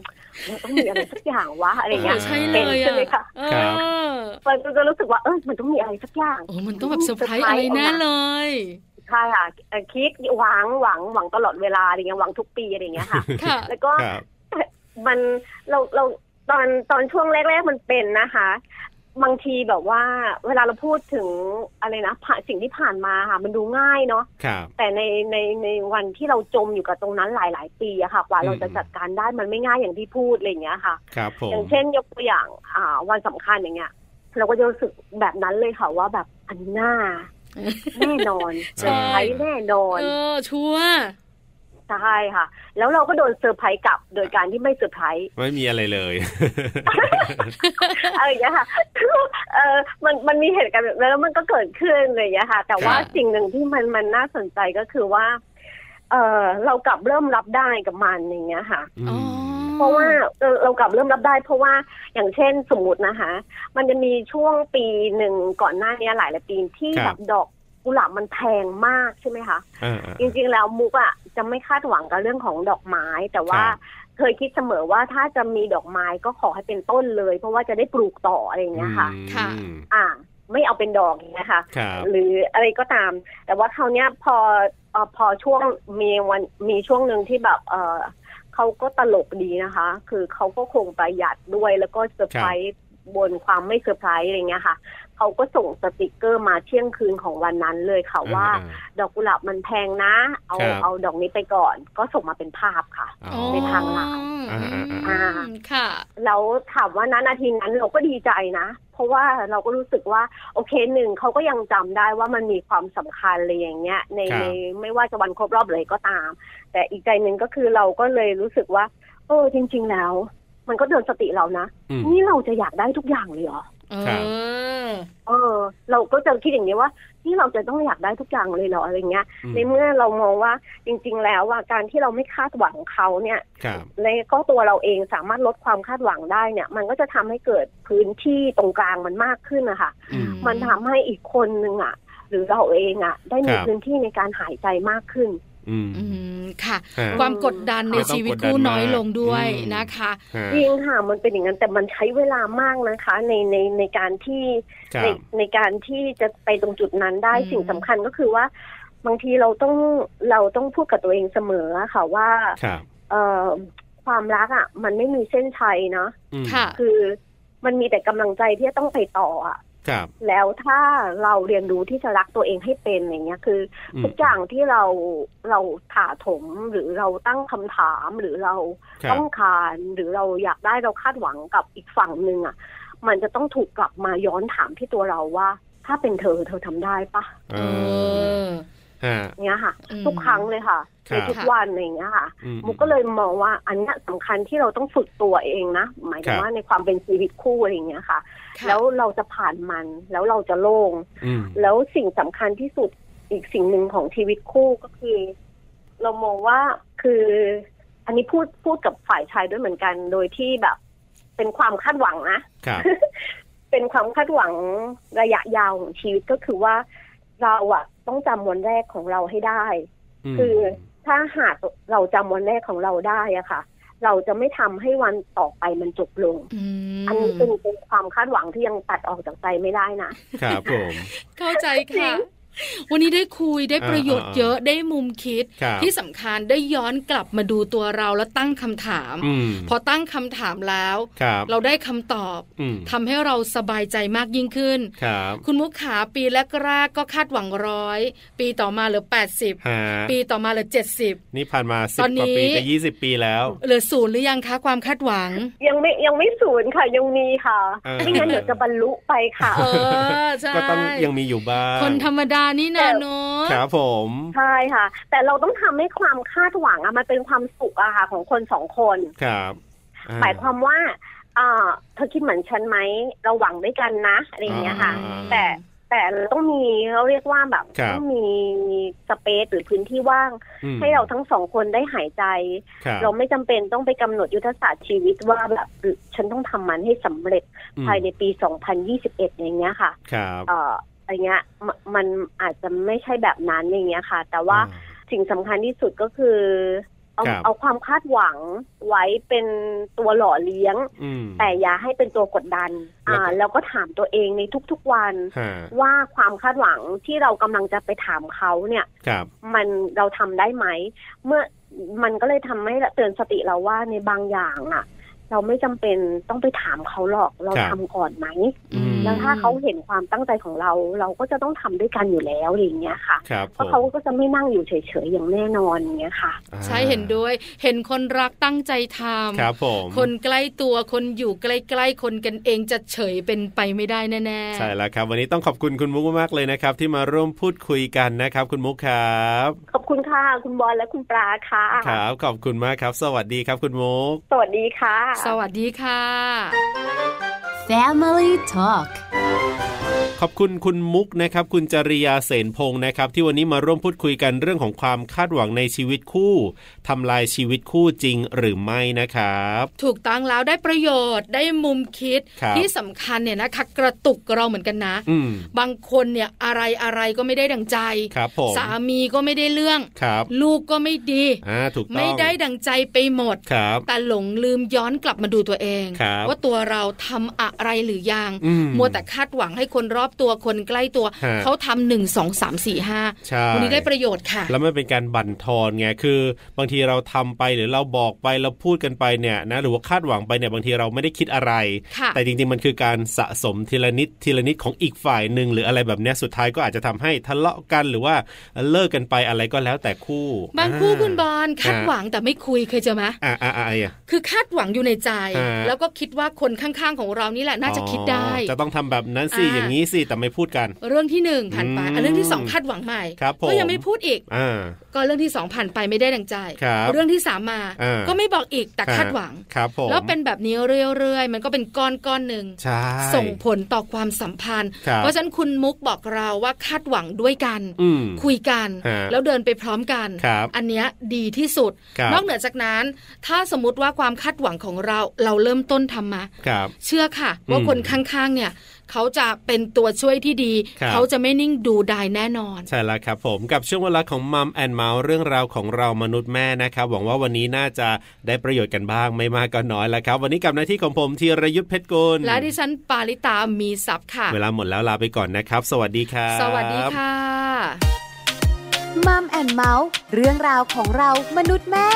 Speaker 5: มันต้องมีอะไรสักอย่างวะอะไรอย่าง
Speaker 1: เอ
Speaker 5: เงี้
Speaker 1: อย ใช่เลย
Speaker 5: ป็นใช่ไหม
Speaker 1: อ่ะ
Speaker 5: คะ
Speaker 1: เอ
Speaker 2: ครับ
Speaker 1: อ
Speaker 5: มันก็จะรู้สึกว่าเออมันต้องมีอะไรสักอย่าง
Speaker 1: โอ้มันต้องแบบเซอร์ไพรส์อะไรแน่เลย
Speaker 5: ใช่ค่ะเอ่อคิดหวังหวังหวังตลอดเวลาอะไรเงี้ยหวังทุกปีอะไรอย่างเงี้ยค่ะ
Speaker 1: ค่ะ
Speaker 5: แล้วก็
Speaker 2: ครับ
Speaker 5: มันเราเราตอนตอนช่วงแรก ๆ มันเป็นนะคะ บางทีแบบว่า เวลาเราพูดถึงอะไรนะผ่านสิ่งที่ผ่านมาค่ะ มันดูง่ายเนาะ
Speaker 2: ครับ
Speaker 5: แต่ในในในวันที่เราจมอยู่กับตรงนั้นหลาย ๆ ปีอะค่ะ กว่า
Speaker 2: อืม
Speaker 5: เราจะจัดการได้มันไม่ง่ายอย่างที่พูดอะไรอย่างเงี้ยค่ะ
Speaker 2: ครับผ
Speaker 5: อ
Speaker 2: ม
Speaker 5: ย่างเช่นยกตัวอย่างอ่าวันสำคัญอย่างเงี้ย เราก็จะรู้สึกแบบนั้นเลยค่ะว่าแบบอันหน้าแน่นอน
Speaker 1: ใช่
Speaker 5: เซอร์ไพรส์แน่นอน
Speaker 1: เออชัวร์
Speaker 5: ใช่ค่ะ แล้วเราก็โดนเซอร์ไพรส์กลับโดยการที่ไม่เซอร์ไพรส์
Speaker 2: ไม่มีอะไรเลย
Speaker 5: อะไรอย่างเงี้ยค่ะ เออมันมันมีเหตุการณ์แบบนั้นแล้วมันก็เกิดขึ้นอะไรอย่างเงี้ยค่ะ แต่ว่า
Speaker 2: ครับ
Speaker 5: สิ่งหนึ่งที่มันมันน่าสนใจก็คือว่า เออเรากลับเริ่มรับได้กับมันอย่างเงี้ยค่ะ
Speaker 1: อ๋อ
Speaker 5: เพราะว่าเอ่อเรากลับเริ่มรับได้ เพราะว่าอย่างเช่นสมมตินะคะ มันจะมีช่วงปีหนึ่งก่อนหน้านี้หลายหลายปีที่
Speaker 2: ค
Speaker 5: แบ
Speaker 2: รับ
Speaker 5: บดอกกุหลาบมันแพงมากใช่ไหมคะ
Speaker 2: อ่า
Speaker 5: จริงๆแล้วมุกอะจะไม่คาดหวังกับเรื่องของดอกไม้ แต่ว่า
Speaker 2: ครับ
Speaker 5: เคยคิดเสมอว่าถ้าจะมีดอกไม้ก็ขอให้เป็นต้นเลย เพราะว่าจะได้ปลูกต่ออะไรอย่างเงี้ยค่ะ
Speaker 2: อืม
Speaker 5: อ่า ไม่เอาเป็นดอกอย่างเงี้ยค่ะ
Speaker 2: ครับ
Speaker 5: หรืออะไรก็ตาม แต่ว่าคราวเนี้ยพอเอ่อพอช่วงมีวันมีช่วงหนึ่งที่แบบเออเขาก็ตลกดีนะคะ คือเขาก็คงประหยัดด้วยแล้วก็เซอร์ไพรส์บนความไม่เซอร์ไพรส์อะไรเงี้ยค่ะเขาก็ส่งสติกเกอร์มาเที่ยงคืนของวันนั้นเลยค่ะว่า ดอกกุหลาบมันแพงนะ เอา
Speaker 2: ครับ
Speaker 5: เอาดอกนี้ไปก่อน ก็ส่งมาเป็นภาพค่ะ
Speaker 2: อ่า
Speaker 1: อ๋อ
Speaker 5: ในทางหลัก
Speaker 2: อ่าๆๆ
Speaker 1: อืมค่ะ
Speaker 5: แล้วถามว่านั้นนาทีนั้นเราก็ดีใจนะ เพราะว่าเราก็รู้สึกว่า โอเคหนึ่งเขาก็ยังจำได้ว่ามันมีความสำคัญอะไรอย่างเงี้ยใน
Speaker 2: ครับ
Speaker 5: ในไม่ว่าจะวันครบรอบเลยก็ตาม แต่อีกใจหนึ่งก็คือเราก็เลยรู้สึกว่าเออจริง ๆแล้ว มันก็เดินสติเรานะ
Speaker 2: อืม
Speaker 5: นี่เราจะอยากได้ทุกอย่างเลยเหรอ
Speaker 1: เอ
Speaker 2: ครับ
Speaker 1: อ
Speaker 5: เออ เราก็จะคิดอย่างนี้ว่านี่เราจะต้องอยากได้ทุกอย่างเลยเหรออะไรเงี้ย
Speaker 2: อืม
Speaker 5: ในเมื่อเรามองว่าจริง ๆ แล้วว่าการที่เราไม่คาดหวังเขาเนี่ย
Speaker 2: ครับ
Speaker 5: และก็ตัวเราเองสามารถลดความคาดหวังได้เนี่ย มันก็จะทำให้เกิดพื้นที่ตรงกลางมันมากขึ้นนะคะ
Speaker 2: อืม
Speaker 5: มันทำให้อีกคนนึงอ่ะ หรือเราเองอ่ะ ได้มี
Speaker 2: ครับ
Speaker 5: พื้นที่ในการหายใจมากขึ้น
Speaker 2: อืม
Speaker 1: อืมค่ะ
Speaker 2: ฮะ
Speaker 1: ความกดดันใน
Speaker 2: ไม่ต้อง
Speaker 1: ชีวิต
Speaker 2: กดดัน
Speaker 1: คู่น้อย
Speaker 2: มาก
Speaker 1: ลงด้วย
Speaker 2: อืม
Speaker 1: นะคะ
Speaker 2: ฮะ
Speaker 5: จริงค่ะมันเป็นอย่างนั้นแต่มันใช้เวลามากนะคะ ในในในการที่
Speaker 2: ครั
Speaker 5: ใน
Speaker 2: บ
Speaker 5: ในการที่จะไปตรงจุดนั้นได้
Speaker 1: อืม
Speaker 5: สิ่งสำคัญก็คือว่า บางทีเราต้องเราต้องพูดกับตัวเองเสมออะค่ะว่า
Speaker 2: ครับ
Speaker 5: เอ่อความรักอ่ะ มันไม่มีเส้นชัยเนาะ
Speaker 2: อืม
Speaker 1: ค่ะ
Speaker 5: คือมันมีแต่กำลังใจที่จะต้องไปต่ออะ
Speaker 2: ครับ
Speaker 5: แล้วถ้าเราเรียนรู้ที่จะรักตัวเองให้เป็นอย่างเงี้ยคืออ
Speaker 2: ม
Speaker 5: ทุกอย่างที่เราเราถาถมหรือเราตั้งคำถามหรือเรา
Speaker 2: ครับ
Speaker 5: ต้องการหรือเราอยากได้เราคาดหวังกับอีกฝั่งหนึ่งอ่ะ มันจะต้องถูกกลับมาย้อนถามที่ตัวเราว่า ถ้าเป็นเธอเธอทำได้ปะ
Speaker 2: เอ
Speaker 1: เออ
Speaker 2: อฮะ
Speaker 5: เนี้ยค่ะ
Speaker 1: อืม
Speaker 5: ทุกครั้งเลยค่ะ
Speaker 2: ครั
Speaker 5: ใน
Speaker 2: บ
Speaker 5: ทุกวันอย่างเงี้ยค่ะ
Speaker 2: อื
Speaker 5: มุกก็เลยมองว่าอันเนี้ยสำคัญที่เราต้องฝึกตัวเองนะ หมาย
Speaker 2: ค
Speaker 5: ถึ
Speaker 2: รั
Speaker 5: ง
Speaker 2: บ
Speaker 5: ว่าในความเป็นชีวิตคู่อะไรอย่างเงี้ยค่ะ
Speaker 1: ค่ะ
Speaker 5: แล้วเราจะผ่านมันแล้วเราจะโล่ง
Speaker 2: อืม
Speaker 5: แล้วสิ่งสำคัญที่สุดอีกสิ่งหนึ่งของชีวิตคู่ก็คือ เรามองว่าคือ อันนี้พูดพูดกับฝ่ายชายด้วยเหมือนกัน โดยที่แบบ เป็นความคาดหวังนะ
Speaker 2: ครับ
Speaker 5: เป็นความคาดหวังระยะยาวของชีวิตก็คือว่า เราอะต้องจำวันแรกของเราให้ได้
Speaker 2: ม
Speaker 5: คือถ้าหากเราจำวันแรกของเราได้อะค่ะ เราจะไม่ทำให้วันต่อไปมันจบลง
Speaker 1: อืม
Speaker 5: อันนี้เป็นเป็นความคาดหวังที่ยังตัดออกจากใจไม่ได้นะ
Speaker 2: ครับผม
Speaker 1: เข้าใจ
Speaker 5: จริ
Speaker 1: ค่ะ
Speaker 5: ง
Speaker 1: วันนี้ได้คุยได้ประโยชน์
Speaker 2: อ่าๆ
Speaker 1: เยอะได้มุมคิด
Speaker 2: ครับ
Speaker 1: ที่สำคัญได้ย้อนกลับมาดูตัวเราแล้วตั้งคำถาม
Speaker 2: อืม
Speaker 1: พอตั้งคำถามแล้ว
Speaker 2: ครับ
Speaker 1: เราได้คำตอบ
Speaker 2: อืม
Speaker 1: ทำให้เราสบายใจมากยิ่งขึ้น
Speaker 2: ครับ
Speaker 1: คุณมุกขาปีแรกๆก็คาดหวังร้อยปีต่อมาเหลือ
Speaker 2: ฮะ
Speaker 1: 80 ปีต่อมาเหลือ 70
Speaker 2: นี่ผ่านมาสิ
Speaker 1: ตอบ น
Speaker 2: กว่า
Speaker 1: นี้
Speaker 2: ปีจะยี่สิบปีแล้ว
Speaker 1: เหลือศูนย์หรือยังคะความคาดหวัง
Speaker 5: ยังไม่ยังไม่ศูนย์ค่ะ ยังมีค่ะ
Speaker 2: เออ
Speaker 5: ไม่งั้นเดี๋ยวจะบรรลุไปค่ะ
Speaker 1: เออใช่
Speaker 2: ก็ต้องยังมีอยู่บ้าง
Speaker 1: คนธรรมดานี่นาโนอะ
Speaker 2: ครับผม
Speaker 5: ใช่ค่ะ แต่เราต้องทำให้ความคาดหวังอะมันเป็นความสุขอะค่ะ ของคนสองคน
Speaker 2: ครับอ่
Speaker 5: หมายความว่าอ่าเธอคิดเหมือนฉันไหม เราหวังด้วยกันนะอะไรอย่างเงี้ยค่ะ
Speaker 2: อ่า
Speaker 5: แต่แต่เราต้องมีเราเรียกว่าแบบ
Speaker 2: ครับ
Speaker 5: ต้องมีสเปซหรือพื้นที่ว่าง
Speaker 2: อืม
Speaker 5: ให้เราทั้งสองคนได้หายใจ
Speaker 2: ครับ
Speaker 5: เราไม่จำเป็นต้องไปกำหนดยุทธศาสตร์ชีวิตว่าแบบฉันต้องทำมันให้สำเร็จ
Speaker 2: อืม
Speaker 5: ภายในปี 2021 อย่างเงี้ยค่ะ
Speaker 2: ครับ
Speaker 5: เอ่ออะไรเงี้ยมมันอาจจะไม่ใช่แบบนั้นอย่างเงี้ยค่ะ แต่ว่า
Speaker 2: อ่
Speaker 5: สิ่งสำคัญที่สุดก็คือ เอา
Speaker 2: ครับ
Speaker 5: เอาความคาดหวังไว้เป็นตัวหล่อเลี้ยง
Speaker 2: อืม
Speaker 5: แต่อย่าให้เป็นตัวกดดัน อ่า
Speaker 2: แล้วก็
Speaker 5: แล้วก็ถามตัวเองในทุกๆวัน
Speaker 2: ฮะ
Speaker 5: ว่าความคาดหวังที่เรากำลังจะไปถามเขาเนี่ย
Speaker 2: ครับ
Speaker 5: มันเราทำได้ไหม เมื่อมันก็เลยทำให้เตือนสติเราว่าในบางอย่างอะเราไม่จำเป็นต้องไปถามเขาหรอกเราทำก่อนไหม
Speaker 2: อืม
Speaker 5: แล้วถ้าเขาเห็นความตั้งใจของเราเราก็จะต้องทำด้วยกันอยู่แล้วอะไรอย่างเงี้ยค่ะ
Speaker 2: ครับ
Speaker 5: เพ
Speaker 2: ผม
Speaker 5: ราะเขาก็จะไม่นั่งอยู่เฉยๆอย่างแน่นอนอย่างเงี้ยค่ะ
Speaker 2: อ่า
Speaker 1: ใช่เห็นด้วย เห็นคนรักตั้งใจทำ
Speaker 2: ครับผม
Speaker 1: คนใกล้ตัวคนอยู่ใกล้ๆคนกันเองจะเฉยเป็นไปไม่ได้แน่ๆ
Speaker 2: ใช่แล้วครับ วันนี้ต้องขอบคุณคุณมุกมากๆเลยนะครับ ที่มาร่วมพูดคุยกันนะครับ คุณมุกครับ
Speaker 5: ขอบคุณค่ะ คุณบอลและคุณปลาค่ะ
Speaker 2: ครับขอบคุณมากครับ สวัสดีครับคุณมุก
Speaker 5: สวัสดีค่ะ
Speaker 1: สวัสดีค่ะ
Speaker 4: Family Talk
Speaker 2: ขอบคุณคุณมุกนะครับ คุณจริยาเสนพงศ์นะครับ ที่วันนี้มาร่วมพูดคุยกันเรื่องของความคาดหวังในชีวิตคู่ทำลายชีวิตคู่จริงหรือไม่นะครับ
Speaker 1: ถูกต้องแล้วได้ประโยชน์ได้มุมคิด
Speaker 2: ครับ
Speaker 1: ที่สำคัญเนี่ยนะคะกระตุกเราเหมือนกันนะ
Speaker 2: อืม
Speaker 1: บางคนเนี่ยอะไรอะไรก็ไม่ได้ดังใจ
Speaker 2: ครับผม
Speaker 1: สามีก็ไม่ได้เรื่อง
Speaker 2: ครับ
Speaker 1: ลูกก็ไม่ดี
Speaker 2: อ่าถูกต้อง
Speaker 1: ไม่ได้ดังใจไปหมด
Speaker 2: ครับ
Speaker 1: แต่หลงลืมย้อนกลับมาดูตัวเอง
Speaker 2: ครับ
Speaker 1: ว่าตัวเราทำอะไรหรือยัง
Speaker 2: อืม
Speaker 1: มัวแต่คาดหวังให้คนรอบตัวคนใกล้ตัว
Speaker 2: ฮะ
Speaker 1: เขาทำหนึ่งสองสามสี่ห้า
Speaker 2: ใช่
Speaker 1: วันนี้ได้ประโยชน์ค่ะ
Speaker 2: แล้วมันเป็นการบั่นทอนไงคือ บางทีเราทำไปหรือเราบอกไปเราพูดกันไปเนี่ยนะหรือว่าคาดหวังไปเนี่ยบางทีเราไม่ได้คิดอะไร
Speaker 1: ค่ะ
Speaker 2: แต่จริงๆมันคือการสะสมทีละนิดทีละนิดของอีกฝ่ายหนึ่งหรืออะไรแบบเนี้ยสุดท้ายก็อาจจะทำให้ทะเลาะกันหรือว่าเลิกกันไปอะไรก็แล้วแต่คู่
Speaker 1: บางคู่
Speaker 2: อ่
Speaker 1: คุณบอลคาดหวังแต่ไม่คุยเคยเจอไหม
Speaker 2: อ่าอ่าอ่าอ่า
Speaker 1: คือคาดหวังอยู่ในใจ
Speaker 2: ฮะ
Speaker 1: แล้วก็คิดว่าคนข้างๆของเรานี่แหละน่าจะคิดได้
Speaker 2: อ๋อจะต้องทำแบบนั้นสิ
Speaker 1: อ่า
Speaker 2: อย่างนี้สิแต่ไม่พูดกัน
Speaker 1: เรื่องที่หนึ่งผ่านไป
Speaker 2: อืม
Speaker 1: อ่ะเรื่องที่สองคาดหวังใหม่
Speaker 2: ครับผม
Speaker 1: ก็ยังไม่พูดอีก
Speaker 2: อ่า
Speaker 1: ก็เรื่องที่สองผ่านไปไม่ได้ดังใจ
Speaker 2: ครับ
Speaker 1: เรื่องที่สามมา
Speaker 2: อ่า
Speaker 1: ก็ไม่บอกอีกแต่คาดหวัง
Speaker 2: ครับผม
Speaker 1: แล้วเป็นแบบนี้เรื่อยๆ มันก็เป็นก้อนก้อนๆหนึ่ง
Speaker 2: ใช่
Speaker 1: ส่งผลต่อความสัมพันธ์
Speaker 2: ครับ
Speaker 1: เพราะฉะนั้นคุณมุกบอกเราว่าคาดหวังด้วยกัน
Speaker 2: อืม
Speaker 1: คุยกัน
Speaker 2: ฮะ
Speaker 1: แล้วเดินไปพร้อมกัน
Speaker 2: ครับ
Speaker 1: อันเนี้ยดีที่สุด
Speaker 2: ครับ
Speaker 1: นอกเหนือจากนั้น ถ้าสมมติว่าความคาดหวังของเราเราเริ่มต้นทำมา
Speaker 2: ครับ
Speaker 1: เชื่อค่ะ ว่า
Speaker 2: อืม
Speaker 1: คนข้างๆเนี่ย เขาจะเป็นตัวช่วยที่ดี
Speaker 2: ครับ
Speaker 1: เขาจะไม่นิ่งดูดายแน่นอน
Speaker 2: ใช่แล้วครับผมกับช่วงเวลาของมัมแอนเมาส์เรื่องราวของเรามนุษย์แม่นะครับ หวังว่าวันนี้น่าจะได้ประโยชน์กันบ้างไม่มากก็น้อยแล้วครับ วันนี้กับหน้าที่ของผมธีรยุทธเพชรกุล
Speaker 1: และดิฉันปาริตามีสับค่ะ
Speaker 2: เวลาหมดแล้วลาไปก่อนนะครับ สวัสดีครับ
Speaker 1: สวัสดีค่ะ
Speaker 4: มัมแอนเมาส์เรื่องราวของเรามนุษย์แม่